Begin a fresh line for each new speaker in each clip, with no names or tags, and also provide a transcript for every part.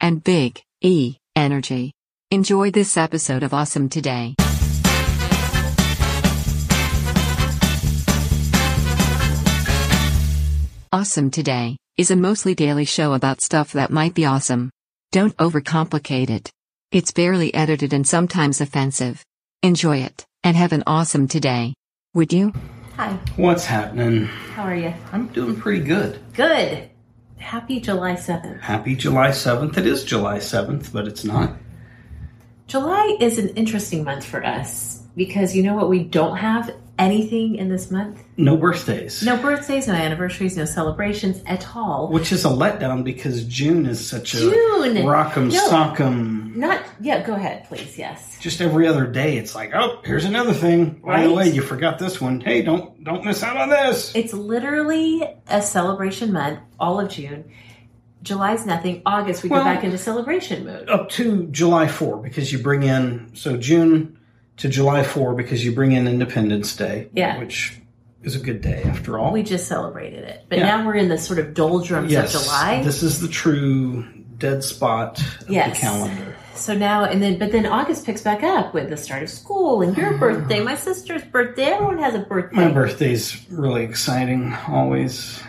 and Big E Energy. Enjoy this episode of Awesome Today. Awesome Today is a mostly daily show about stuff that might be awesome. Don't overcomplicate it. It's barely edited and sometimes offensive. Enjoy it and have an awesome today. Would you?
Hi,
What's happening?
how are you?
I'm doing pretty good.
Good. Happy July 7th.
Happy July 7th. It is July 7th, but it's not.
July is an interesting month for us because you know what? We don't have anything in this month.
No birthdays.
No birthdays, no anniversaries, no celebrations at all.
Which is a letdown because June is such a
June!
rock'em
No.
sock'em.
Not, yeah, go ahead, please. Yes.
Just every other day, it's like, oh, here's another thing. By the
Right.
way, you forgot this one. Hey, don't don't miss out on this.
It's literally a celebration month, all of June. July's nothing. August, we
Well-
go back into celebration mode.
Up to July 4 because you bring in so June to July 4 because you bring in Independence Day.
Yeah.
which is a good day after all.
We just celebrated it. But
Yeah.
now we're in the sort of doldrums
yes,
of July.
this is the true dead spot of
Yes.
the calendar.
So now and then, but then August picks back up with the start of school and your birthday, my sister's birthday. Everyone has a birthday.
My birthday's really exciting, always.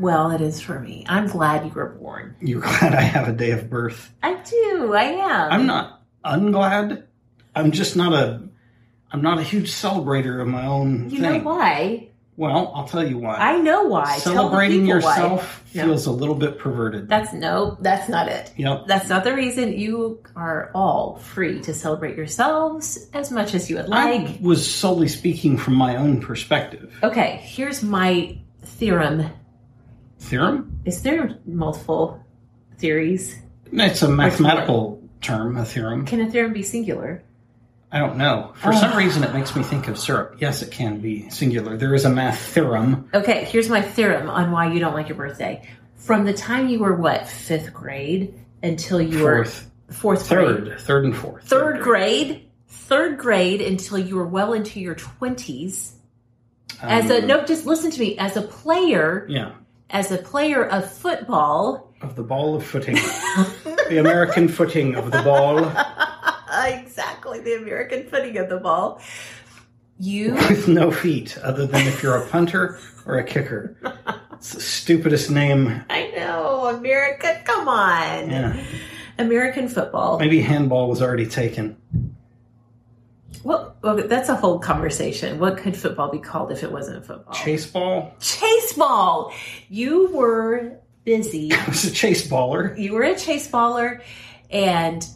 Well, it is for me. I'm glad you were born.
You're glad I have a day of birth.
I do. I am.
I'm not unglad. I'm just not a I'm not a huge celebrator of my own
You know
thing.
why?
Well, I'll tell you why.
I know why. Tell the
Celebrating
people why.
yourself
No.
feels a little bit perverted.
That's no. That's not it.
Yep.
That's not the reason. You are all free to celebrate yourselves as much as you would like.
I was solely speaking from my own perspective.
Okay. Here's my theorem.
Theorem?
Is there multiple theories?
It's a mathematical term, a theorem.
Can a theorem be singular?
I don't know. For
Oh.
some reason, it makes me think of syrup. Yes, it can be singular. There is a math theorem.
Okay, here's my theorem on why you don't like your birthday. From the time you were what fifth grade until you
Fourth,
were fourth, grade,
third, third, and fourth.
third grade, third grade until you were well into your twenties. As a no, just listen to me. As a player,
Yeah,
as a player of football,
of the ball of footing, the American footing of the ball
exactly the American footing of the ball. You
with no feet, other than if you're a punter or a kicker. It's the stupidest name.
I know America. Come on,
Yeah,
American football.
maybe handball was already taken.
Well, well, that's a whole conversation. What could football be called if it wasn't football?
Chase ball.
Chase ball. You were busy.
I was a chase baller.
You were a chase baller, and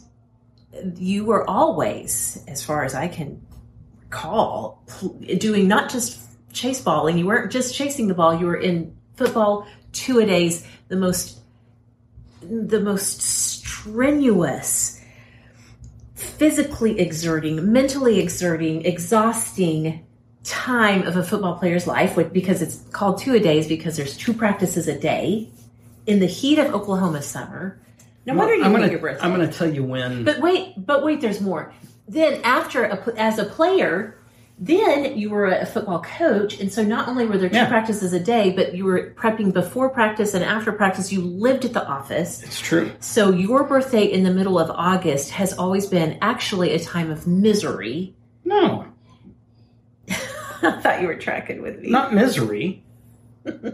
you were always, as far as I can recall, pl- doing not just chase balling. You weren't just chasing the ball. You were in football two a days. The most, the most strenuous, physically exerting, mentally exerting, exhausting time of a football player's life which- because it's called two a days because there's two practices a day in the heat of Oklahoma summer. No wonder you
I'm
hate
gonna,
your birthday.
I'm gonna tell you when.
But wait, but wait, there's more. Then after, a, pl- as a player, Then you were a football coach, and so not only were there two
Yeah.
practices a day, but you were prepping before practice and after practice. You lived at the office.
It's true.
So your birthday in the middle of August has always been actually a time of misery.
No,
I thought you were tracking with me.
not misery.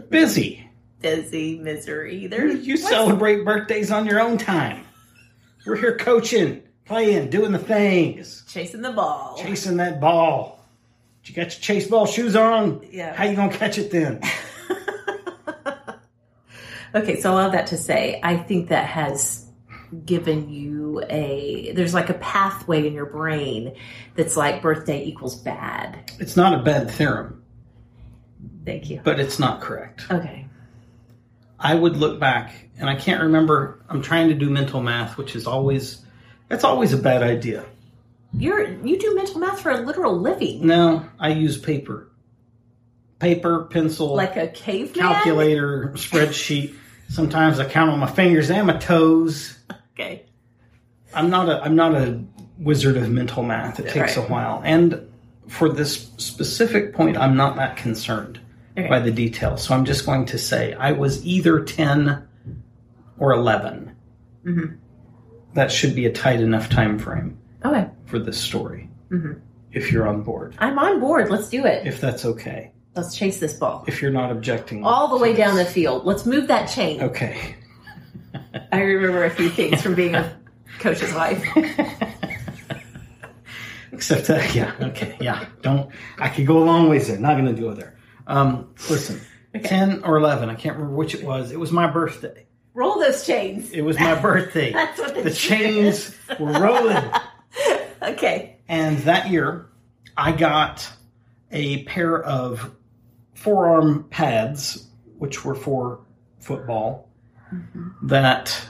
Busy.
busy misery.
You,
There's
you celebrate birthdays on your own time. We're here coaching, playing, doing the things,
chasing the ball.
chasing that ball. You got your chase ball shoes on.
Yeah.
How you gonna catch it then?
Okay, so all of that to say, I think that has given you a there's like a pathway in your brain that's like birthday equals bad.
It's not a bad theorem,
Thank you.
but it's not correct.
Okay.
I would look back, and I can't remember. I'm trying to do mental math, which is always that's always a bad idea.
You're you do mental math for a literal living.
No, I use paper, paper, pencil,
Like a caveman.
calculator, spreadsheet. Sometimes I count on my fingers and my toes.
Okay.
I'm not a I'm not a wizard of mental math. It takes
Right.
a while, and for this specific point, I'm not that concerned
Okay.
by the details. So I'm just going to say I was either ten or 11
Mm-hmm.
That should be a tight enough time frame
Okay.
for this story.
Mm-hmm.
If you're on board,
I'm on board. Let's do it.
if that's okay,
Let's chase this ball.
if you're not objecting,
All the way
to
down the
this.
field. Let's move that chain.
Okay.
I remember a few things from being a coach's wife.
Except that, yeah, okay, yeah. Don't. I could go a long ways there. Not going to go there. Um, listen, ten or eleven. I can't remember which it was. It was my birthday.
Roll those chains.
It was my birthday.
That's what the
the chains were rolling.
Okay.
And that year, I got a pair of forearm pads, which were for football,
Mm-hmm.
that.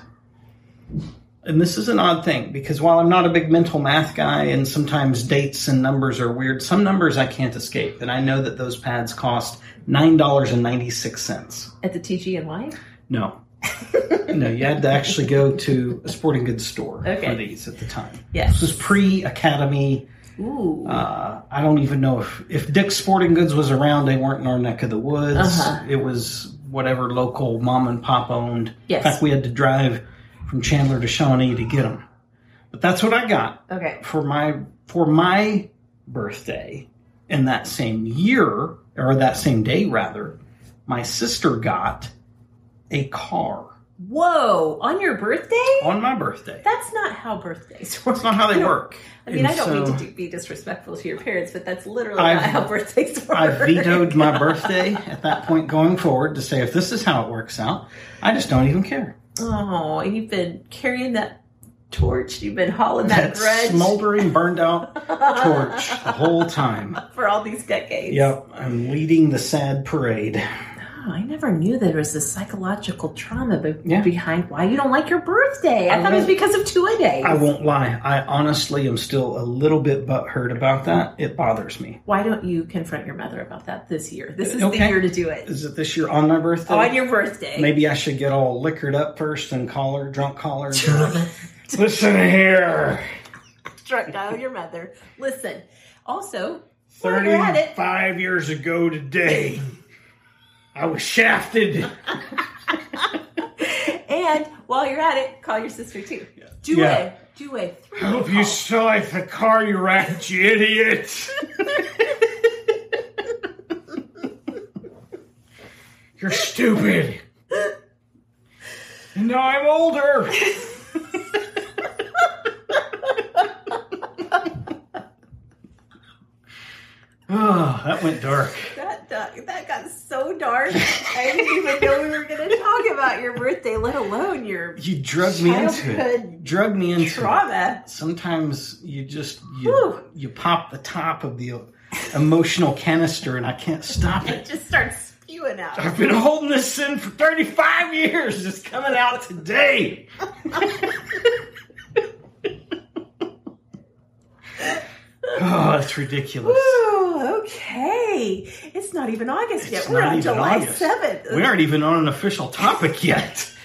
And this is an odd thing because while I'm not a big mental math guy and sometimes dates and numbers are weird, some numbers I can't escape. And I know that those pads cost $9.96.
At the TGNY?
No. no, you had to actually go to a sporting goods store for
Okay.
these at the time.
Yes.
This was pre academy.
Ooh.
Uh, I don't even know if if Dick's Sporting Goods was around. They weren't in our neck of the woods.
Uh-huh.
It was whatever local mom and pop owned.
Yes.
In fact, we had to drive from Chandler to Shawnee to get them. But that's what I got
Uh, okay.
for my for my birthday in that same year or that same day rather. My sister got a car
Whoa, on your birthday?
on my birthday.
That's not how birthdays work.
That's not how they work.
I mean,
And
I don't
so-
mean to do, be disrespectful to your parents, but that's literally
I've-
not how birthdays work.
I vetoed my birthday at that point going forward to say if this is how it works out, I just don't even care.
Oh, and you've been carrying that torch. You've been hauling that,
That
grudge
smoldering, burned out torch the whole time.
for all these decades.
Yep, I'm leading the sad parade.
Oh, I never knew there was this psychological trauma be-
Yeah.
behind why you don't like your birthday. I,
I
thought it was
won't-
because of two a days.
I won't lie, I honestly am still a little bit butthurt about that. It bothers me.
Why don't you confront your mother about that this year? This is the
Okay.
year to do it.
Is it this year on my birthday?
Oh, On your birthday.
Maybe I should get all liquored up first and call her, drunk call her. Listen here.
Drunk dial your mother. Listen. Also, while you're at it,
35 years ago today, I was shafted.
and while you're at it, call your sister too. Do
Yeah.
a do a three.
I hope you saw it, the car you wrecked, you idiot. You're stupid. And now I'm older. oh, that went dark.
That, that that got so dark. I didn't even know we were going to talk about your birthday, let alone your
You drug me into
Childhood
it. Drug me into it.
trauma.
sometimes you just you,
Whew.
you pop the top of the emotional canister and i can't stop
It
it
just starts spewing out.
i've been holding this in for 35 years it's coming out today oh that's ridiculous
Ooh, okay. It's not even August yet.
It's
We're
not
on
even
July
August.
7th.
we aren't even on an official topic yet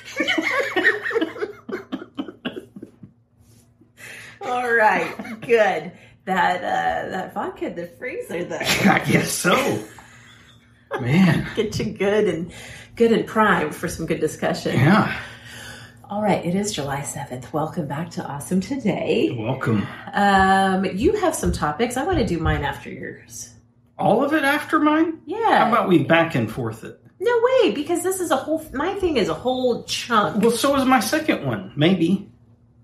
All right, good. that uh, that vodka in the freezer though.
I guess so. Man,
Get you good and good and primed for some good discussion.
yeah.
All right, it is July 7th. Welcome back to Awesome Today.
Welcome.
Um, you have some topics. I want to do mine after yours.
All of it after mine?
Yeah.
How about we back and forth it?
no way, because this is a whole my thing is a whole chunk.
Well, so is my second one, maybe.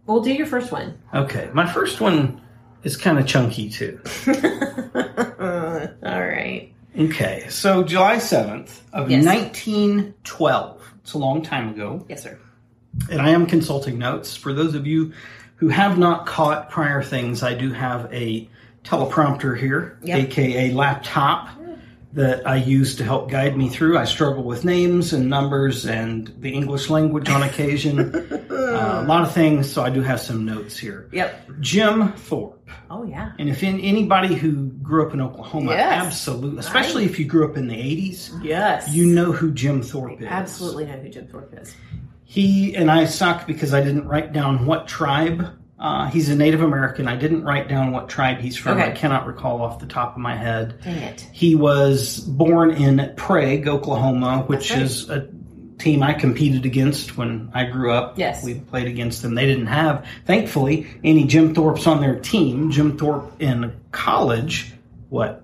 We'll do your first one.
Okay, my first one is kind of chunky too.
All right.
Okay, so July 7th of
Yes.
1912. It's a long time ago.
Yes, sir.
And I am consulting notes. For those of you who have not caught prior things, I do have a teleprompter here,
Yep.
aka laptop, that I use to help guide me through. I struggle with names and numbers and the English language on occasion, uh, a lot of things, so I do have some notes here.
Yep.
Jim Thorpe.
Oh yeah.
And if in, anybody who grew up in Oklahoma,
Yes.
absolutely, especially if you grew up in the 80s,
Yes.
you know who Jim Thorpe is.
absolutely know who Jim Thorpe is.
He and I suck because I didn't write down what tribe. Uh, he's a Native American. I didn't write down what tribe he's from.
Okay.
I cannot recall off the top of my head.
Dang it.
He was born in Prague, Oklahoma, which
right.
is a team I competed against when I grew up.
Yes.
We played against them. They didn't have, thankfully, any Jim Thorpes on their team. Jim Thorpe in college, what?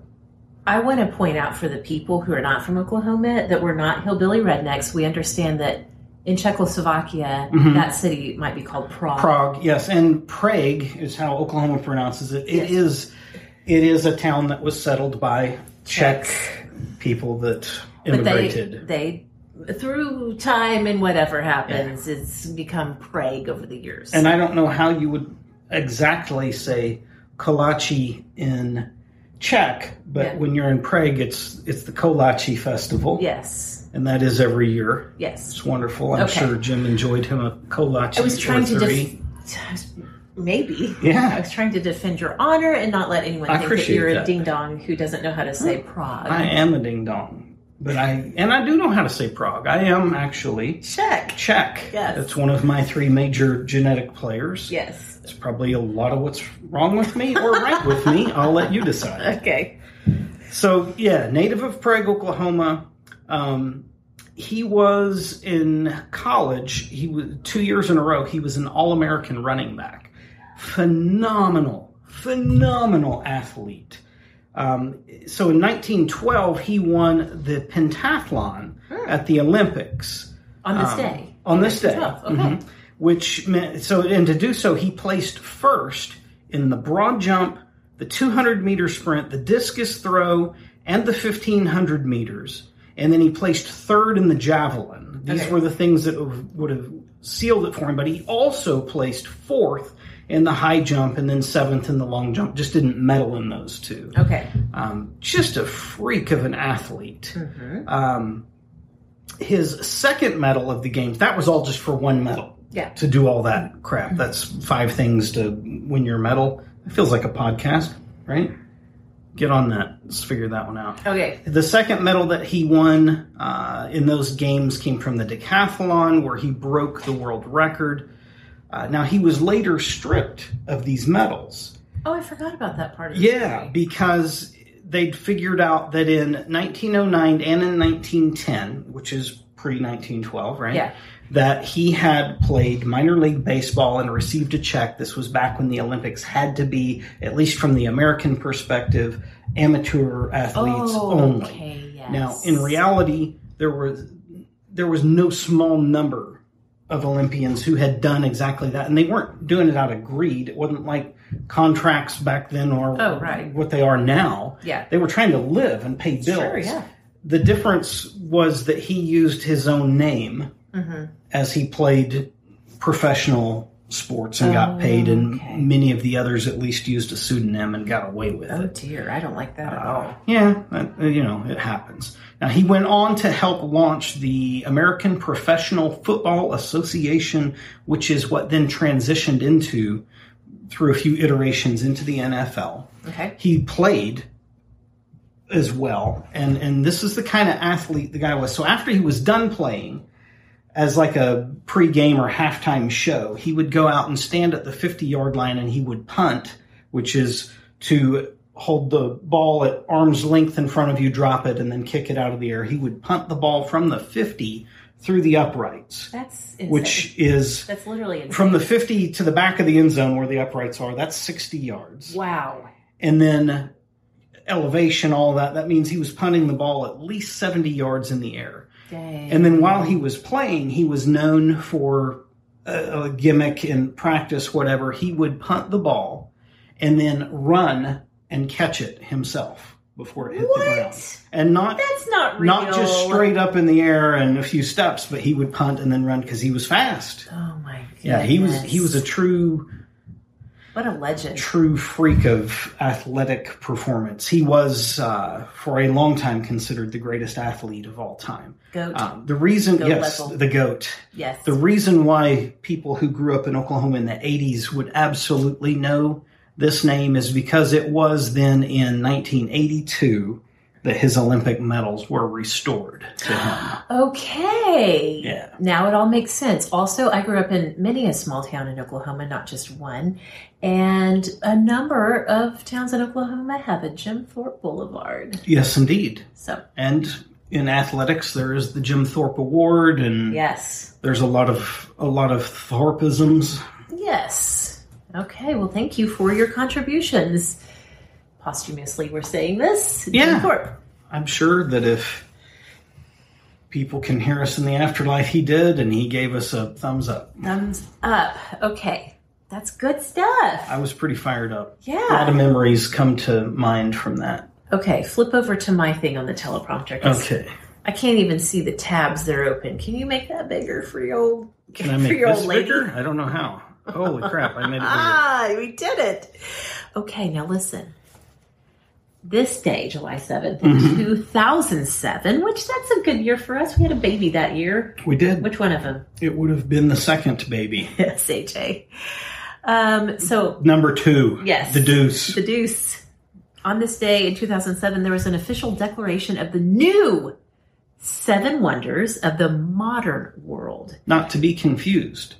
I want to point out for the people who are not from Oklahoma that we're not hillbilly rednecks. We understand that in Czechoslovakia, that city might be called Prague.
Mm-hmm. Prague, yes, and Prague is how Oklahoma pronounces it. It is, it is a town that was settled by Czech people that
but they,
immigrated.
they through time and whatever happens, it's become Prague over the years.
and I don't know how you would exactly say kolache in Czech, but
Yeah.
when you're in Prague, it's it's the kolache festival,
yes,
and that is every year.
yes.
It's wonderful. I'm
Okay.
sure Jim enjoyed him a kolache.
I was trying to
or three.
just maybe.
Yeah.
I was trying to defend your honor and not let anyone
I
think that
appreciate
you're a
that.
ding dong who doesn't know how to say Prague.
I am a ding dong, but I and I do know how to say Prague. I am actually.
Check.
Check.
Yes.
That's one of my three major genetic players.
Yes.
It's probably a lot of what's wrong with me or right with me. I'll let you decide.
Okay.
So, yeah, native of Prague, Oklahoma. Um, he was in college, he was two years in a row, he was an All American running back. Phenomenal, phenomenal athlete. Um, so in 1912, he won the pentathlon
Hmm.
at the Olympics.
On
Um,
this day.
on this day,
Okay.
Mhm. which meant so, and to do so, he placed first in the broad jump, the 200 meter sprint, the discus throw, and the 1500 meters, and then he placed third in the javelin. These
Okay.
were the things that would have sealed it for him, but he also placed fourth in the high jump and then seventh in the long jump. Just didn't medal in those two
Okay.
um, just a freak of an athlete. Um, his second medal of the games, that was all just for one medal.
Yeah.
To do all that crap. That's five things to win your medal. It feels like a podcast, right? Get on that. Let's figure that one out.
Okay.
The second medal that he won uh, in those games came from the decathlon, where he broke the world record. Uh, now, he was later stripped of these medals.
Oh, I forgot about that part of the
Yeah,
story.
because they'd figured out that in 1909 and in 1910, which is pre 1912, right?
Yeah.
That he had played minor league baseball and received a check. This was back when the Olympics had to be, at least from the American perspective, amateur athletes only.
Oh, okay, yes.
Now, in reality, there was there was no small number of Olympians who had done exactly that, and they weren't doing it out of greed. It wasn't like contracts back then or
Oh, right.
what they are now.
Yeah.
they were trying to live and pay bills.
Sure, yeah.
The difference was that he used his own name
Mm-hmm.
as he played professional sports and got paid, and
Oh,
many of the others at least used a pseudonym and got away with it.
Oh dear, I don't like that at all.
Yeah, that- you know, it happens. Now, he went on to help launch the American Professional Football Association, which is what then transitioned into, through a few iterations, into the NFL.
Okay.
He played as well, and, and this is the kind of athlete the guy was. So, after he was done playing, as like a pregame or halftime show, he would go out and stand at the 50 yard line and he would punt, which is to hold the ball at arm's length in front of you, drop it, and then kick it out of the air. He would punt the ball from the 50 through the uprights,
That's insane.
which is
that's literally insane.
from the 50 to the back of the end zone where the uprights are. That's 60 yards
wow.
and then elevation, all that. That means he was punting the ball at least 70 yards in the air.
Dang.
And then while he was playing, he was known for a, a gimmick in practice, whatever. He would punt the ball and then run and catch it himself before it hit the ground.
What?
And not
That's not real.
not just straight up in the air and a few steps, but he would punt and then run because he was fast.
Oh my. Goodness.
Yeah, he was he was a true
what a legend.
true freak of athletic performance. He was, uh, for a long time, considered the greatest athlete of all time.
Goat.
Um, the reason,
Goat
yes,
level.
the goat.
yes.
The reason why people who grew up in Oklahoma in the 80s would absolutely know this name is because it was then in 1982 that his Olympic medals were restored to him.
Okay.
Yeah.
Now it all makes sense. Also, I grew up in many a small town in Oklahoma, not just one. And a number of towns in Oklahoma have a Jim Thorpe Boulevard.
yes, indeed.
So,
And in athletics, there is the Jim Thorpe Award, and
yes.
there's a lot of a lot of Thorpisms.
Yes. Okay. Well, thank you for your contributions. Posthumously, we're saying this.
Yeah.
Jim Thorpe.
I'm sure that if people can hear us in the afterlife, he did, and he gave us a thumbs up.
Thumbs up. Okay. That's good stuff.
I was pretty fired up. A lot
Yeah.
of memories come to mind from that.
Okay. Flip over to my thing on the teleprompter. 'cause
Okay.
I can't even see the tabs that are open. Can you make that bigger for your old,
Can I
for
make
your
this
old lady?
bigger? I don't know how. Holy crap, I made it bigger.
Ah, we did it. Okay, now listen. This day, July 7th,
Mm-hmm.
2007, which that's a good year for us. We had a baby that year.
We did.
Which one of them?
It would have been the second baby.
Yes, AJ. Um, so,
Number two.
Yes.
The deuce.
the deuce. On this day in 2007, there was an official declaration of the new seven wonders of the modern world.
Not to be confused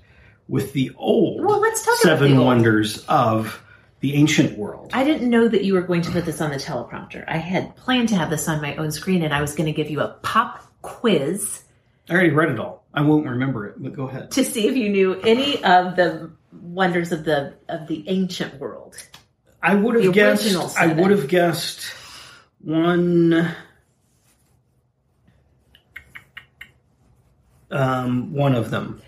with the old
Well, let's talk about
seven
the old.
wonders of the ancient world.
I didn't know that you were going to put this on the teleprompter. I had planned to have this on my own screen and I was going to give you a pop quiz
I already read it all. I won't remember it, but go ahead.
to see if you knew any of the wonders of the of the ancient world.
I would have
The original
guessed. I
seven.
would have guessed one. Um, one of them.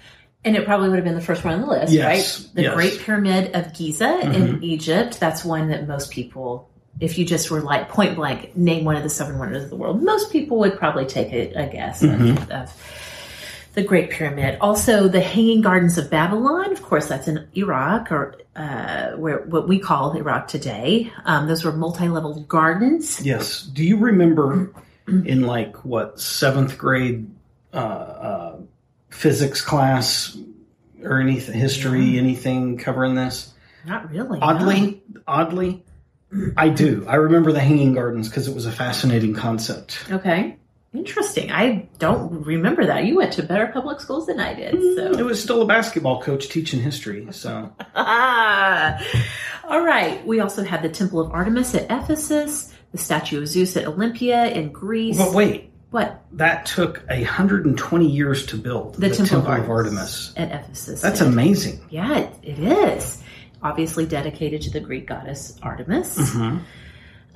And it probably would have been the first one on the list,
Yes,
right? The
yes. Mm-hmm.
Great Pyramid of Giza in Egypt. That's one that most people if you just were like point blank, name one of the seven wonders of the world, most people would probably take a, a guess of-
Mm-hmm.
of, the Great Pyramid. Also, the Hanging Gardens of Babylon. Of course, that's in Iraq, or uh, where what we call Iraq today. Um, those were multi-level gardens.
Yes. Do you remember in like what seventh grade uh, uh, physics class or anything history anything covering this?
Not really. no.
Oddly, oddly, I do. I remember the Hanging Gardens because it was a fascinating concept.
Okay. Interesting. I don't remember that. You went to better public schools than I did. So.
It was still a basketball coach teaching history, so.
Ah. All right. We also had the Temple of Artemis at Ephesus, the statue of Zeus at Olympia in Greece.
But wait,
What?
that took 120 years to build.
The, Temple,
of Artemis.
at Ephesus.
That's
amazing.
amazing.
Yeah, it, it is. Obviously dedicated to the Greek goddess Artemis.
Mm-hmm.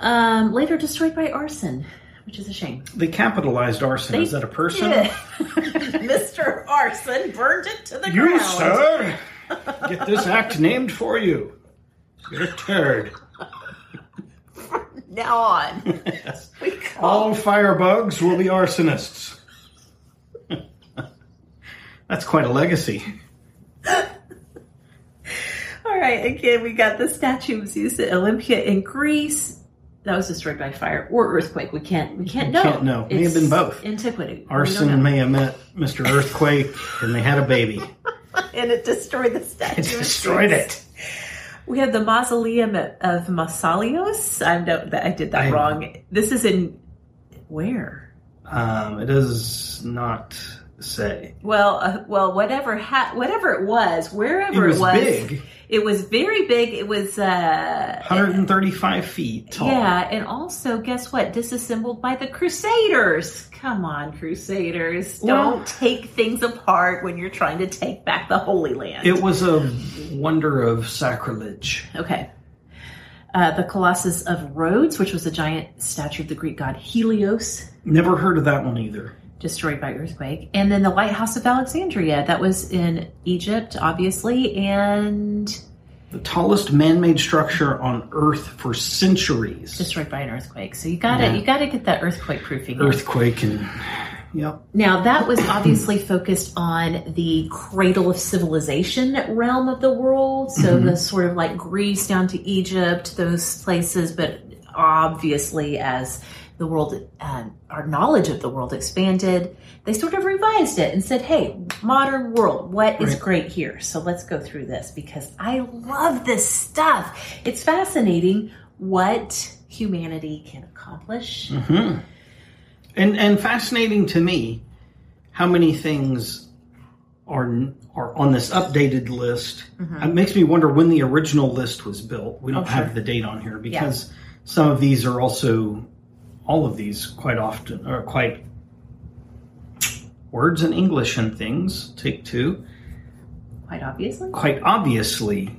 Um, later destroyed by arson, which is a shame.
They capitalized arson. Is that a person?
Mr. Arson burned it to the
You,
ground.
sir, get this act named for you. You're a turd.
Now on. we call
All firebugs will be arsonists. That's quite a legacy.
All right, again, we got the statue of Zeus at Olympia in Greece. That was destroyed by fire or earthquake. We can't. We can't know.
can't know. May have been both.
Antiquity. We don't know.
Arson may have met Mr. Earthquake, and they had a baby.
and it destroyed the statue. of
Destroyed
Zeus.
it.
We have the mausoleum at- of Massalios. I know that I did that
I-
wrong. This is in where?
Um, it is not say?
Well, uh, well, whatever ha- whatever it was, wherever
It was
it was,
big.
it was very big. It was uh
135 feet tall.
yeah, and also guess what? Disassembled by the Crusaders. Come on, Crusaders!
Well-
Don't take things apart when you're trying to take back the Holy Land.
It was a wonder of sacrilege.
Okay. Uh, the Colossus of Rhodes, which was a giant statue of the Greek god Helios,
Never heard of that one either.
destroyed by earthquake, and then the White House of Alexandria, that was in Egypt, obviously, and
The tallest man-made structure on Earth for centuries.
destroyed by an earthquake. So you gotta you gotta get that earthquake proofing. in.
Earthquake and yep.
Now that was obviously focused on the cradle of civilization realm of the world, so the sort of like Greece down to Egypt, those places. But obviously, as the world, um, our knowledge of the world expanded, they sort of revised it and said, "Hey, modern world, what is great here?" So let's go through this because I love this stuff. It's fascinating what humanity can accomplish.
And and fascinating to me how many things are are on this updated list. It makes me wonder when the original list was built. We don't have the date on here because some of these are also all of these quite often are quite words in English and things take two.
Quite obviously.
quite obviously,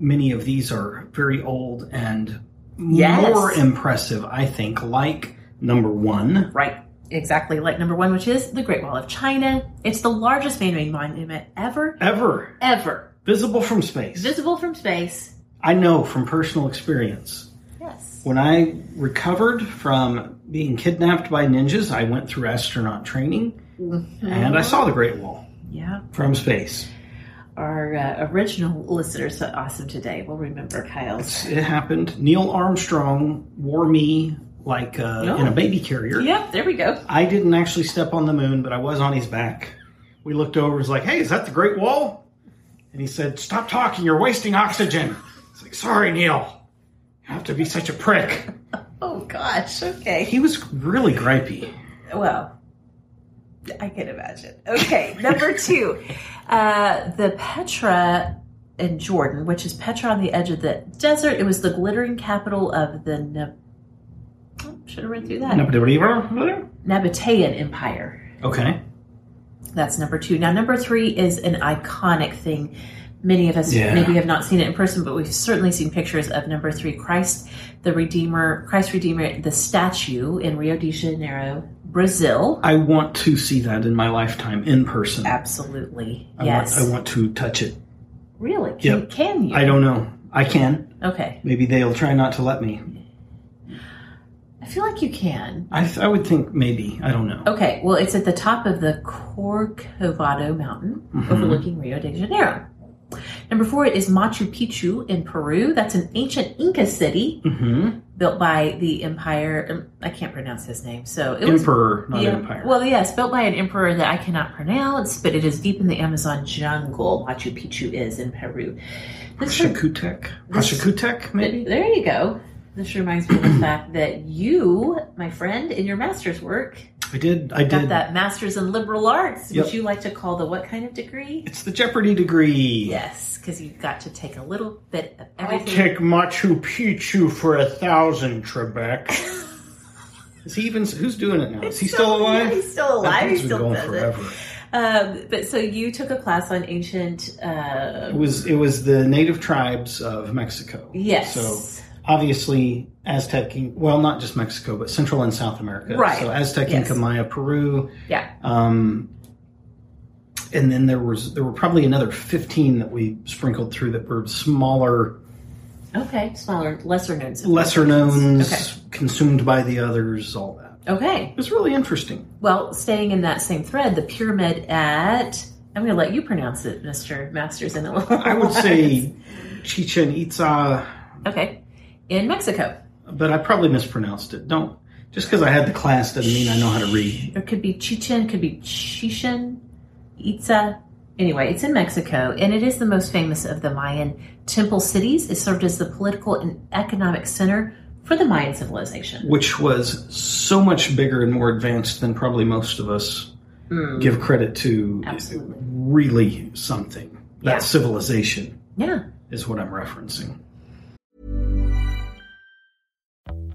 many of these are very old and
Yes.
more impressive, I think, like number one.
Right. Exactly like number one, which is the Great Wall of China. It's the largest man made monument ever,
Ever
ever.
visible from space.
Visible from space.
I know from personal experience.
Yes.
When I recovered from being kidnapped by ninjas, I went through astronaut training and I saw the Great Wall
Yeah.
from space.
Our uh, original listeners to Awesome Today will remember Kyle's.
It happened. Neil Armstrong wore me like uh, in a baby carrier.
Yep, there we go.
I didn't actually step on the moon, but I was on his back. We looked over. He's like, "Hey, is that the Great Wall?" And he said, "Stop talking. You're wasting oxygen." It's like, "Sorry, Neil. You have to be such a prick."
Oh, gosh. Okay.
He was really gripey.
Well, I can imagine. Okay. number two, uh, the Petra in Jordan, which is Petra on the edge of the desert. It was the glittering capital of the. Neb- oh, should have read through that. Nabatean Empire.
Okay.
That's number two. Now, number three is an iconic thing. Many of us
Yeah.
maybe have not seen it in person, but we've certainly seen pictures of number three, Christ the Redeemer, Christ Redeemer, the statue in Rio de Janeiro, Brazil.
I want to see that in my lifetime in person.
Absolutely.
I
yes.
Want, I want to touch it.
really? Can,
Yep.
can you?
I don't know. I can.
Okay.
Maybe they'll try not to let me.
I feel like you can.
I, I would think maybe. I don't know.
Okay. Well, it's at the top of the Corcovado Mountain
Mm-hmm.
overlooking Rio de Janeiro. Number four is Machu Picchu in Peru. That's an ancient Inca city
Mm-hmm.
built by the empire. um, I can't pronounce his name, so it was
Emperor, not
yeah,
empire.
Well, yes, built by an emperor that I cannot pronounce, but it is deep in the Amazon jungle. Machu Picchu is in Peru. This re-
Pashacutec. Pashacutec, maybe.
there you go. This reminds me of the fact that you, my friend, in your master's work,
I did. I
got
did.
that master's in liberal arts,
Yep.
which you like to call the what kind of degree?
It's the Jeopardy degree.
Yes, because you got to take a little bit of
I
everything.
take Machu Picchu for a thousand, Trebek. Is he even? Who's doing it now? Is he still alive?
He's still
That
alive.
thing's
He
been
still
going
does it.
forever.
Um, but so you took a class on ancient. Uh,
It was. It was the native tribes of Mexico.
Yes.
So obviously, Aztec. In- Well, not just Mexico, but Central and South America.
Right.
So Aztec,
Yes.
Inca, Maya, Peru.
yeah.
Um, and then there was there were probably another fifteen that we sprinkled through that were smaller
Okay. Smaller, lesser known.
lesser knowns
Okay.
consumed by the others, all that.
Okay.
It was really interesting.
Well, staying in that same thread, the pyramid at. I'm going to let you pronounce it, Mr. Masters in a little
I would say Chichen Itza,
Okay. In Mexico.
but I probably mispronounced it. Don't just because I had the class doesn't mean I know how to read.
It could be Chichen, could be Chichen, Itza. Anyway, it's in Mexico, and it is the most famous of the Mayan temple cities. It served as the political and economic center for the Mayan civilization.
Which was so much bigger and more advanced than probably most of us give credit to
Hmm. Absolutely.
really something.
Yeah.
That civilization
Yeah.
is what I'm referencing.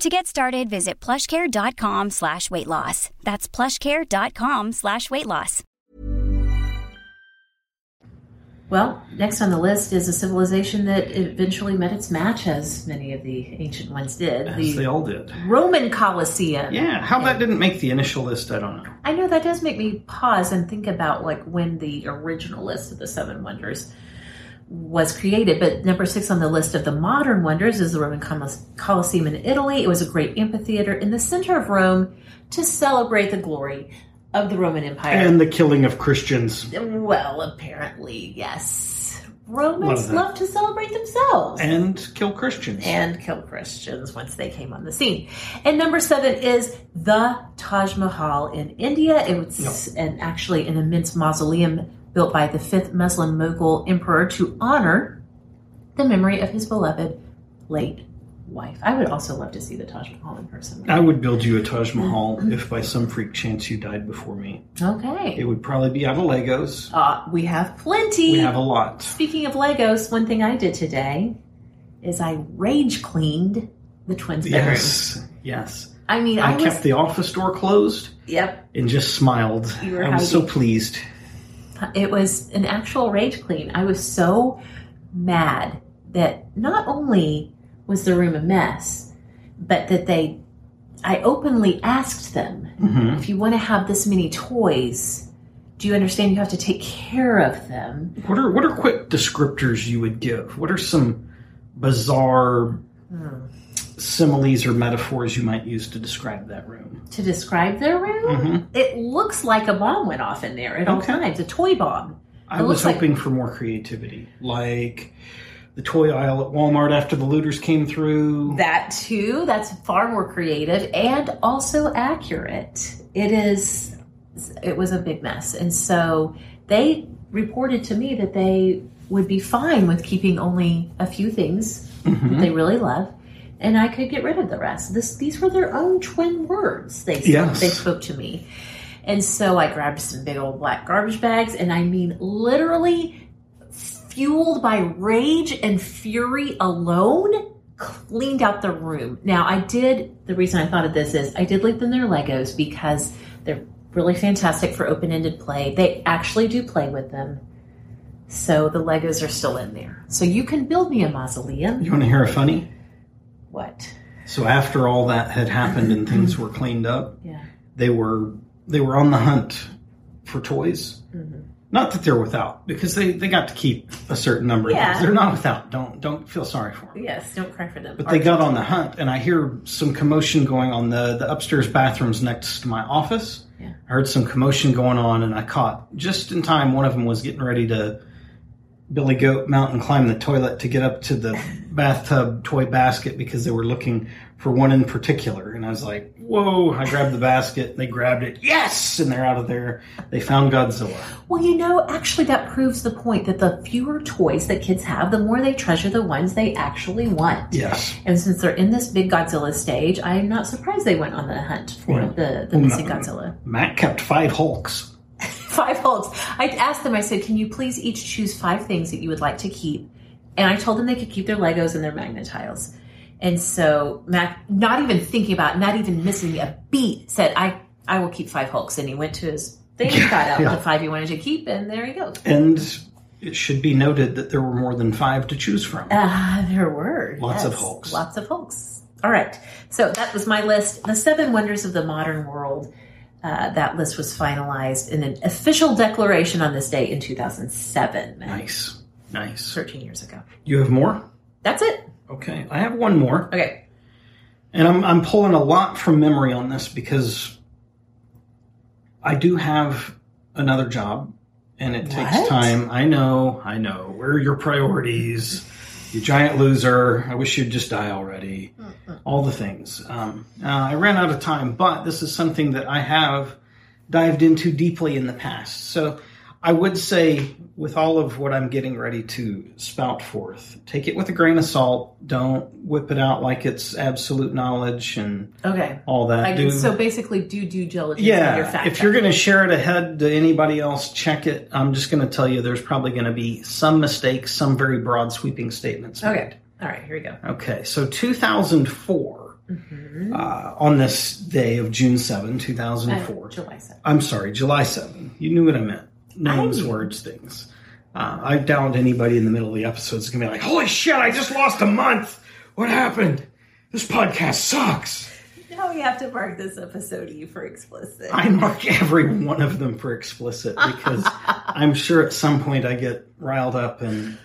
To get started, visit plushcare.com slash weight loss. That's plushcare.com slash weight loss.
Well, next on the list is a civilization that eventually met its match, as many of the ancient ones did.
As
the
they all did.
Roman Colosseum.
Yeah, how that didn't make the initial list, I don't know.
I know that does make me pause and think about like when the original list of the seven wonders was created. But number six on the list of the modern wonders is the Roman Colos- Colosseum in Italy. It was a great amphitheater in the center of Rome to celebrate the glory of the Roman Empire.
And the killing of Christians.
well, apparently, yes.
Love
Romans
that.
love to celebrate themselves
And kill Christians.
and kill Christians once they came on the scene. And number seven is the Taj Mahal in India. It was an, actually an immense mausoleum built by the fifth Muslim Mughal emperor to honor the memory of his beloved late wife. I would also love to see the Taj Mahal in person.
I would build you a
Mm-hmm.
Taj Mahal if by some freak chance you died before me. It
Okay.
would probably be out of Legos.
Uh, we have plenty.
We have a lot.
Speaking of Legos, one thing I did today is I rage cleaned the twins' bedrooms.
Yes. Yes.
I mean, I,
I
was.
kept the office door closed
yep.
and just smiled.
You were
I was so
hiding.
pleased.
It was an actual rage clean. I was so mad that not only was the room a mess, but that they, I openly asked them,
Mhm.
if you want to have this many toys, do you understand you have to take care of them?
What are what are quick descriptors you would give? What are some bizarre similes or metaphors you might use to describe that room?
To describe their room, it looks like a bomb went off in there at all
Okay.
times, a toy bomb.
I
It
was
looks like-
hoping for more creativity, like the toy aisle at Walmart after the looters came through.
That too. That's far more creative and also accurate. It is. It was a big mess, and so they reported to me that they would be fine with keeping only a few things that they really love, and I could get rid of the rest. This these were their own twin words. They
Yes.
they spoke to me, and so I grabbed some big old black garbage bags, and I mean literally fueled by rage and fury alone, cleaned out the room. Now, I did, the reason I thought of this is I did leave them their Legos because they're really fantastic for open ended play. They actually do play with them. So the Legos are still in there. So you can build me a mausoleum.
you want to hear a funny?
What?
So after all that had happened and things were cleaned up,
Yeah.
they were they were on the hunt for toys. Not that they're without, because they, they got to keep a certain number. of
Yeah.
things. They're not without. Don't don't feel sorry for them.
Yes, don't cry for them.
But they got on the hunt, and I hear some commotion going on the, the upstairs bathrooms next to my office.
Yeah.
I heard some commotion going on, and I caught just in time one of them was getting ready to Billy Goat mountain climb the toilet to get up to the bathtub toy basket because they were looking for one in particular. And I was like, whoa, I grabbed the basket, they grabbed it, yes, and they're out of there. They found Godzilla.
Well, you know, actually, that proves the point that the fewer toys that kids have, the more they treasure the ones they actually want.
Yes.
And since they're in this big Godzilla stage, I am not surprised they went on the hunt for
Yeah.
the, the
Well,
missing
no.
Godzilla.
Matt kept five Hulks.
Five hulks. I asked them, I said, can you please each choose five things that you would like to keep? And I told them they could keep their Legos and their magnetiles. And so Mac, not even thinking about, not even missing a beat, said, I, I will keep five hulks. And he went to his thing, got out
Yeah.
the five he wanted to keep, and there he goes.
And it should be noted that there were more than five to choose from.
Ah, there were.
Lots of
yes,
hulks.
Lots of hulks. All right. So that was my list. The seven wonders of the modern world. Uh, that list was finalized in an official declaration on this day in 2007,
Nice. Nice.
13 years ago.
You have more?
That's it.
Okay. I have one more.
Okay.
And I'm, I'm pulling a lot from memory on this because I do have another job and it takes
What?
time. I know, I know. Where are your priorities? You giant loser. I wish you'd just die already. All the things. Um, uh, I ran out of time, but this is something that I have dived into deeply in the past. So I would say, with all of what I'm getting ready to spout forth, take it with a grain of salt. Don't whip it out like it's absolute knowledge and
Okay.
all that.
I can,
Do-
so basically, do due diligence on your
yeah,
fact
if you're going
checking.
to share it ahead to anybody else, check it. I'm just going to tell you there's probably going to be some mistakes, some very broad sweeping statements. made.
Okay. All right. Here we go.
Okay, so 2004,
Mm-hmm.
uh, on this day of June 7, 2004.
July 7th.
I'm sorry, July 7. You knew what I meant. No one's words things. Uh, I doubt anybody in the middle of the episode is going to be like, holy shit, I just lost a month. What happened? This podcast sucks.
Now we have to mark this episode E for explicit.
I mark every one of them for explicit because I'm sure at some point I get riled up and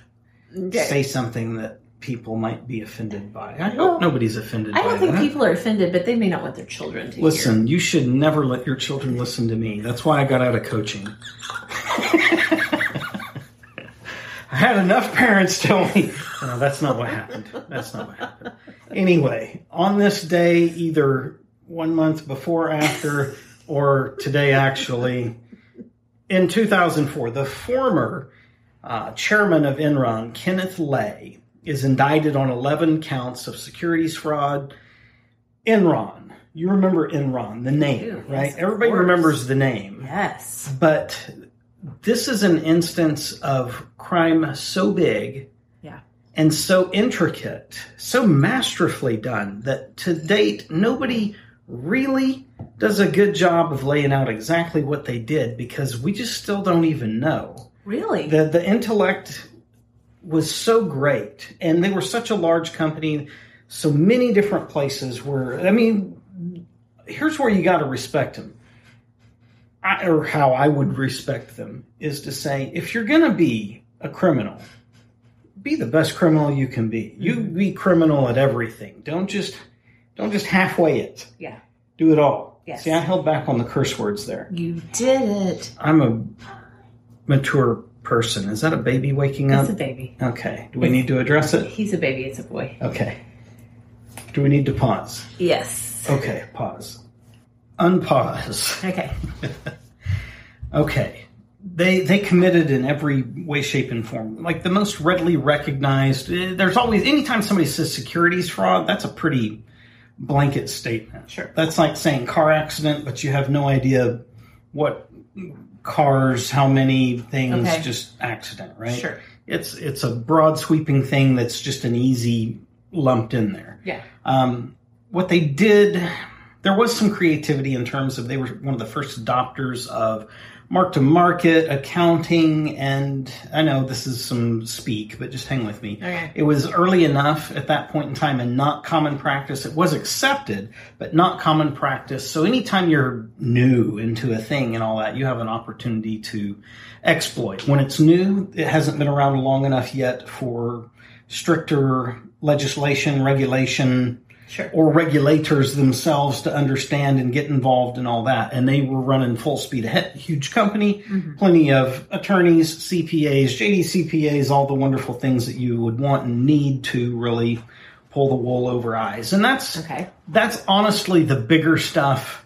say something that people might be offended by. I hope nobody's offended
I
by
don't think
that.
people are offended, but they may not want their children to hear.
Listen, you should never let your children listen to me. That's why I got out of coaching. I had enough parents tell me, no, that's not what happened. That's not what happened. Anyway, on this day, either one month before, after, or today, actually, in 2004, the former uh, chairman of Enron, Kenneth Lay, is indicted on 11 counts of securities fraud. Enron. You remember Enron, the name,
do, yes,
right?
of
Everybody
course.
remembers the name.
Yes.
But this is an instance of crime so big
Yeah.
and so intricate, so masterfully done that to date nobody really does a good job of laying out exactly what they did because we just still don't even know.
Really?
The the intellect was so great and they were such a large company, so many different places were I mean here's where you got to respect them. I, or how I would respect them is to say, if you're going to be a criminal, be the best criminal you can be. You
Mm-hmm.
be criminal at everything. Don't just don't just halfway it.
yeah.
Do it all.
Yes.
See, I held back on the curse words there.
You did it.
I'm a mature person. Is that a baby waking up?
It's a baby.
okay. Do we need to address it?
He's a baby. It's a boy.
Okay. Do we need to pause?
Yes.
Okay, pause. Unpause.
Okay.
Okay. They they committed in every way, shape, and form. Like the most readily recognized. eh, There's always anytime somebody says securities fraud, that's a pretty blanket statement.
Sure.
That's like saying car accident, but you have no idea what cars, how many things,
Okay.
just accident, right?
Sure.
It's it's a broad sweeping thing that's just an easy lumped in there
Yeah.
um, what they did there was some creativity in terms of they were one of the first adopters of mark to market accounting and i know this is some speak but just hang with me
Okay.
it was early enough at that point in time and not common practice it was accepted but not common practice so anytime you're new into a thing and all that you have an opportunity to exploit when it's new it hasn't been around long enough yet for stricter legislation regulation
Sure.
or regulators themselves to understand and get involved and all that. And they were running full speed ahead. Huge company,
Mm-hmm.
plenty of attorneys, CPAs, JD CPAs, all the wonderful things that you would want and need to really pull the wool over eyes. And that's
Okay.
that's honestly the bigger stuff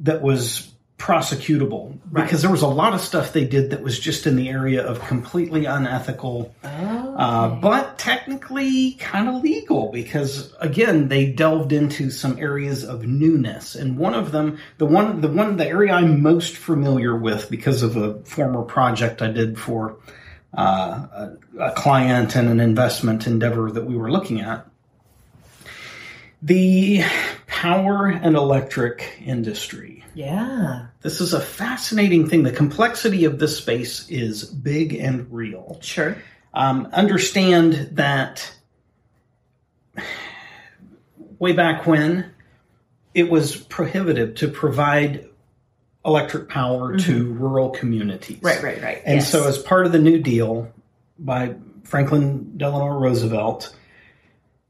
that was prosecutable because there was a lot of stuff they did that was just in the area of completely unethical
Oh.
uh, but technically kind of legal because again they delved into some areas of newness and one of them the one the one the area i'm most familiar with because of a former project i did for uh, a, a client and an investment endeavor that we were looking at The power and electric industry.
Yeah.
This is a fascinating thing. The complexity of this space is big and real.
Sure.
Um, understand that way back when it was prohibitive to provide electric power to rural communities.
Mm-hmm. Right, right, right.
And
Yes.
so, as part of the New Deal by Franklin Delano Roosevelt,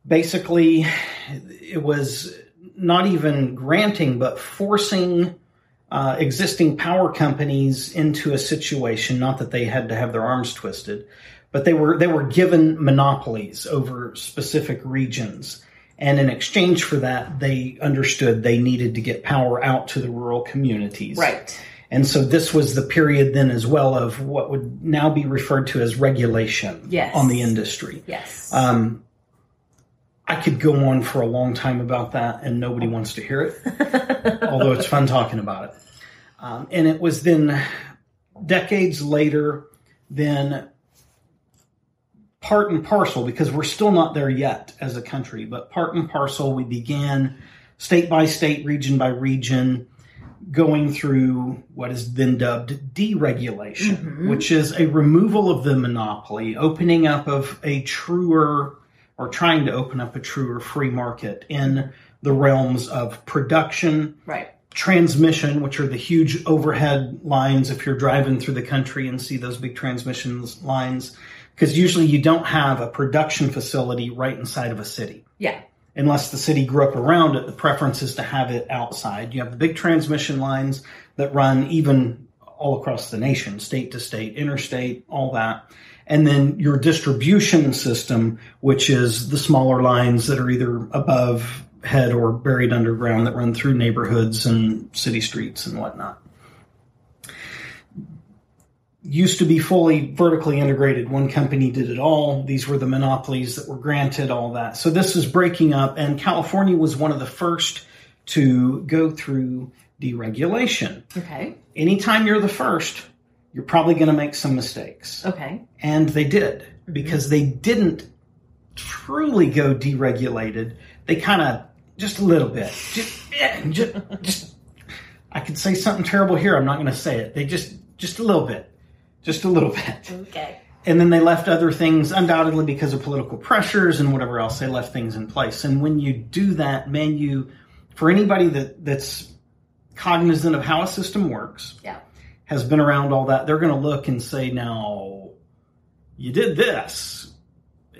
basically it was not even granting, but forcing uh, existing power companies into a situation. Not that they had to have their arms twisted, but they were they were given monopolies over specific regions. And in exchange for that, they understood they needed to get power out to the rural communities.
Right.
And so this was the period then as well of what would now be referred to as regulation
Yes.
on the industry.
Yes.
Um, I could go on for a long time about that, and nobody wants to hear it, although it's fun talking about it. Um, and it was then decades later, then part and parcel, because we're still not there yet as a country, but part and parcel, we began state by state, region by region, going through what is then dubbed deregulation, which is a removal of the monopoly, opening up of a truer or trying to open up a truer free market in the realms of production,
right.
transmission, which are the huge overhead lines if you're driving through the country and see those big transmissions lines, because usually you don't have a production facility right inside of a city
Yeah.
unless the city grew up around it, the preference is to have it outside. You have the big transmission lines that run even all across the nation, state to state, interstate, all that. And then your distribution system, which is the smaller lines that are either above head or buried underground that run through neighborhoods and city streets and whatnot. Used to be fully vertically integrated. One company did it all. These were the monopolies that were granted, all that. So this is breaking up, and California was one of the first to go through deregulation.
Okay.
Anytime you're the first, you're probably going to make some mistakes.
Okay.
And they did because they didn't truly go deregulated. They kind of just a little bit. Just, eh, just, just- I could say something terrible here. I'm not going to say it. They just just a little bit, just a little bit.
Okay.
And then they left other things, undoubtedly because of political pressures and whatever else. They left things in place. And when you do that, man, you for anybody that that's cognizant of how a system works,
Yeah.
has been around all that, they're going to look and say, now, you did this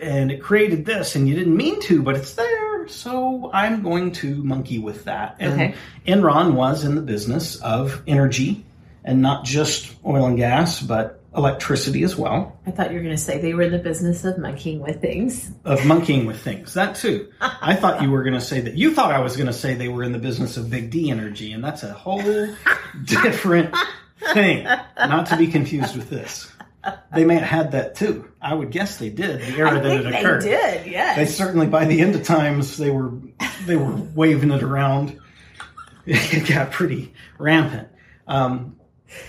and it created this and you didn't mean to, but it's there. So I'm going to monkey with that. And
Okay.
Enron was in the business of energy and not just oil and gas, but electricity as well,
I thought you were going to say they were in the business of monkeying with things.
of monkeying with things. That too. I thought you were going to say that. You thought I was going to say they were in the business of big D energy, and that's a whole different thing, not to be confused with this. They may have had that too. I would guess they did. The era that it occurred.
did. Yes.
They certainly, by the end of times, they were they were waving it around. It got pretty rampant. Um,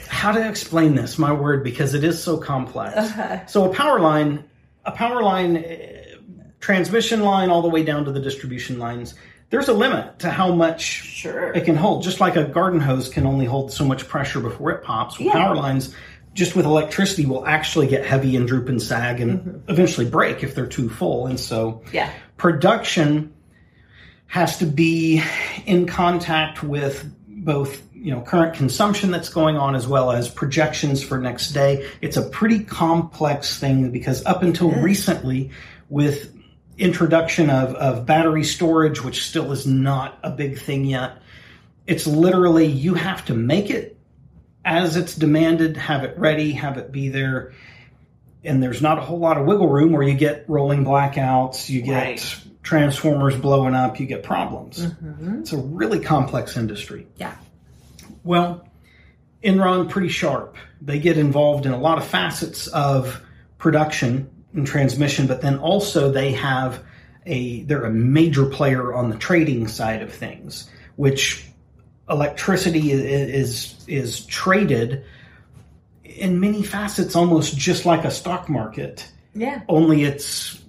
how to explain this? My word, because it is so complex. So a power line, a power line, eh, transmission line, all the way down to the distribution lines. There's a limit to how much
sure.
it can hold. Just like a garden hose can only hold so much pressure before it pops. Power lines, just with electricity, will actually get heavy and droop and sag and eventually break if they're too full. And so,
Yeah.
production has to be in contact with both you know current consumption that's going on as well as projections for next day it's a pretty complex thing because up until recently with introduction of, of battery storage which still is not a big thing yet it's literally you have to make it as it's demanded have it ready have it be there and there's not a whole lot of wiggle room where you get rolling blackouts you get
Right.
transformers blowing up you get problems it's a really complex industry
Mm-hmm. Yeah.
well, Enron pretty sharp. They get involved in a lot of facets of production and transmission, but then also they have a they're a major player on the trading side of things, which electricity i- i- is is traded in many facets almost just like a stock market
Yeah.
only it's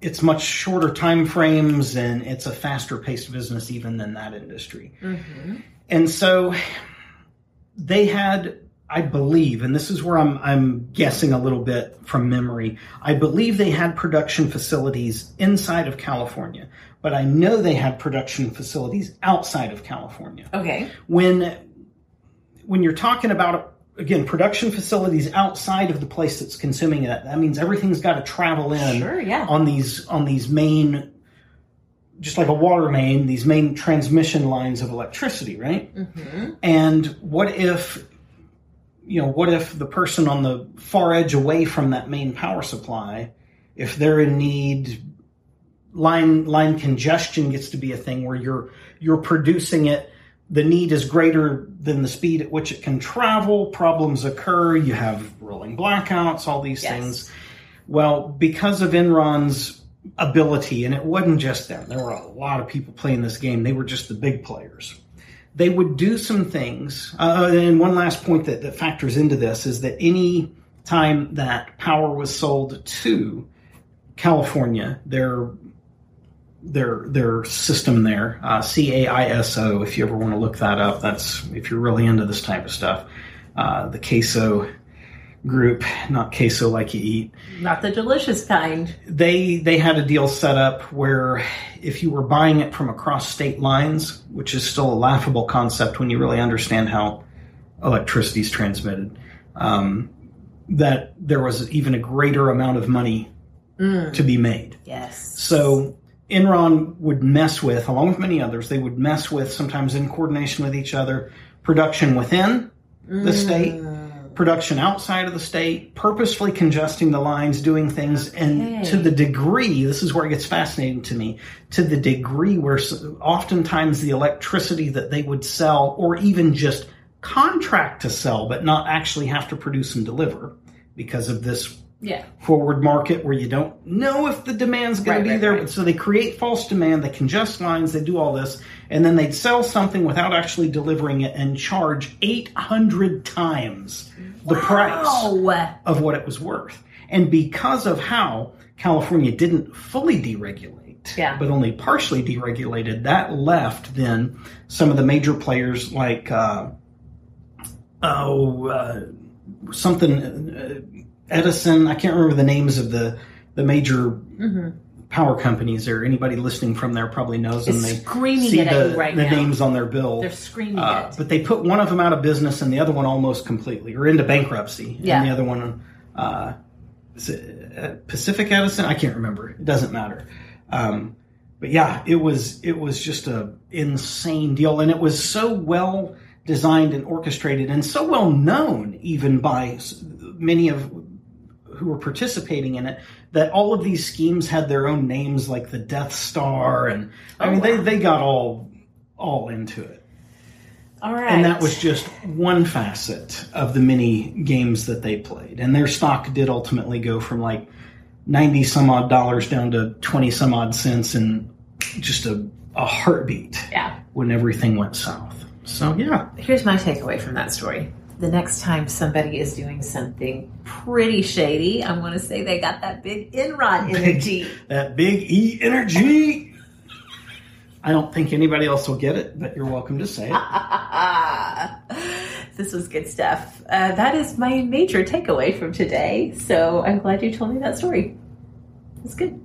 it's much shorter time frames and it's a faster paced business even than that industry. And so they had I believe and this is where I'm I'm guessing a little bit from memory. I believe they had production facilities inside of California, but I know they had production facilities outside of California
Okay.
when when you're talking about again production facilities outside of the place that's consuming that that means everything's got to travel in
Sure, yeah.
on these on these main just like a water main these main transmission lines of electricity right
Mm-hmm.
and what if you know what if the person on the far edge away from that main power supply if they're in need line line congestion gets to be a thing where you're you're producing it the need is greater than the speed at which it can travel problems occur you have rolling blackouts all these
Yes.
things well because of enron's ability and it wasn't just them there were a lot of people playing this game they were just the big players they would do some things. Uh, and one last point that, that factors into this is that any time that power was sold to California, their their their system there, uh, CAISO. If you ever want to look that up, that's if you're really into this type of stuff. Uh, the queso group, not queso like you eat
Not the delicious kind.
they they had a deal set up where if you were buying it from across state lines, which is still a laughable concept when you really understand how electricity is transmitted, um, that there was even a greater amount of money to be made.
Yes.
So Enron would mess with, along with many others, they would mess with sometimes in coordination with each other, production within the state, production outside of the state, purposefully congesting the lines, doing things, and to the degree, this is where it gets fascinating to me, to the degree where s- oftentimes the electricity that they would sell, or even just contract to sell, but not actually have to produce and deliver because of this
Yeah.
forward market where you don't know if the demand's going
Right,
to be
right,
there.
right.
So they create false demand, they congest lines, they do all this, and then they'd sell something without actually delivering it and charge 800 times the price
Oh.
of what it was worth. And because of how California didn't fully deregulate,
Yeah.
but only partially deregulated, that left then some of the major players like, uh, oh, uh, something, uh, Edison, I can't remember the names of the, the major
Mm-hmm.
power companies or anybody listening from there probably knows them.
It's
They
screaming
see
it at
the,
you right
the
now.
names on their bill.
They're screaming
Uh,
it.
But they put one of them out of business and the other one almost completely, or into bankruptcy.
Yeah.
And the other one, uh, is it, uh, Pacific Edison? I can't remember. It doesn't matter. Um, but yeah, it was it was just a insane deal, and it was so well designed and orchestrated, and so well known even by s- many of who were participating in it that all of these schemes had their own names, like the Death Star, and
Oh,
I mean they they got all all into it.
All right.
And that was just one facet of the many games that they played. And their stock did ultimately go from like 90 some odd dollars down to 20 some odd cents in just a, a heartbeat
Yeah.
when everything went south. So, yeah.
Here's my takeaway from that story. The next time somebody is doing something pretty shady, I'm going to say they got that big Enron energy.
That big E energy. I don't think anybody else will get it, but you're welcome to say it.
Ah, this was good stuff. Uh, that is my major takeaway from today. So I'm glad you told me that story. It's good.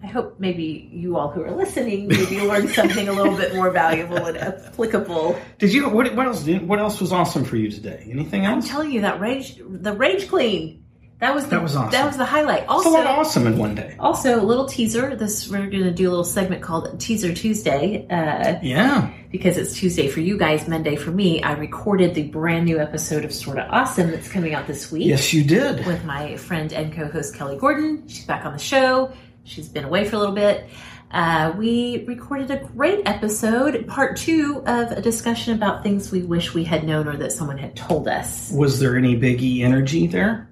I hope maybe you all who are listening maybe learned something a little bit more valuable and applicable.
Did you? What, what else? Did, what else was awesome for you today? Anything
I'm
else?
telling you that rage, the rage clean. That was the,
That was awesome.
That was the highlight.
That's a
Also,
lot of awesome in one day.
also a little teaser. This we're going to do a little segment called Teaser Tuesday. Uh,
Yeah.
because it's Tuesday for you guys, Monday for me, I recorded the brand new episode of Sorta Awesome that's coming out this week
Yes, you did.
with my friend and co host Kelly Gordon. She's back on the show. She's been away for a little bit. Uh, we recorded a great episode, part two of a discussion about things we wish we had known or that someone had told us.
Was there any Big E energy there?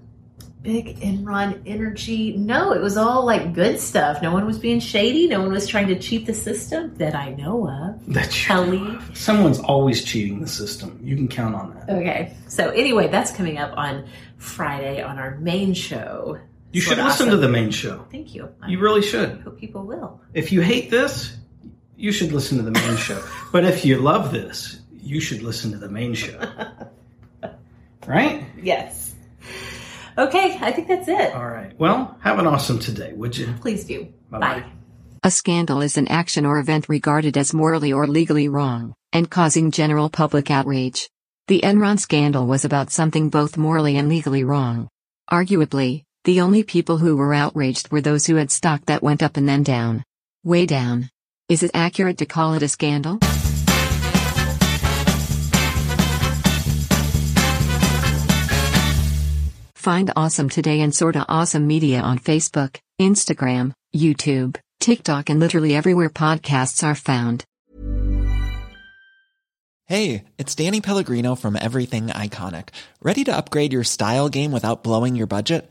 Big Enron energy. No, it was all like good stuff. No one was being shady. No one was trying to cheat the system that I know of.
That you,
Kelly
someone's always cheating the system. You can count on that.
Okay. So anyway, that's coming up on Friday on our main show.
You
Sort
should
of
listen to
awesome.
the main show.
Thank you. I
You really should.
hope people will.
If you hate this, you should listen to the main show. But if you love this, you should listen to the main show. Right?
Yes. Okay, I think that's it.
All right. Well, have an awesome today, would you?
Please do.
Bye-bye.
Bye.
A scandal is an action or event regarded as morally or legally wrong and causing general public outrage. The Enron scandal was about something both morally and legally wrong. Arguably, the only people who were outraged were those who had stock that went up and then down. Way down. Is it accurate to call it a scandal? Find Awesome Today and Sorta Awesome Media on Facebook, Instagram, YouTube, TikTok, and literally everywhere podcasts are found.
Hey, it's Danny Pellegrino from Everything Iconic. Ready to upgrade your style game without blowing your budget?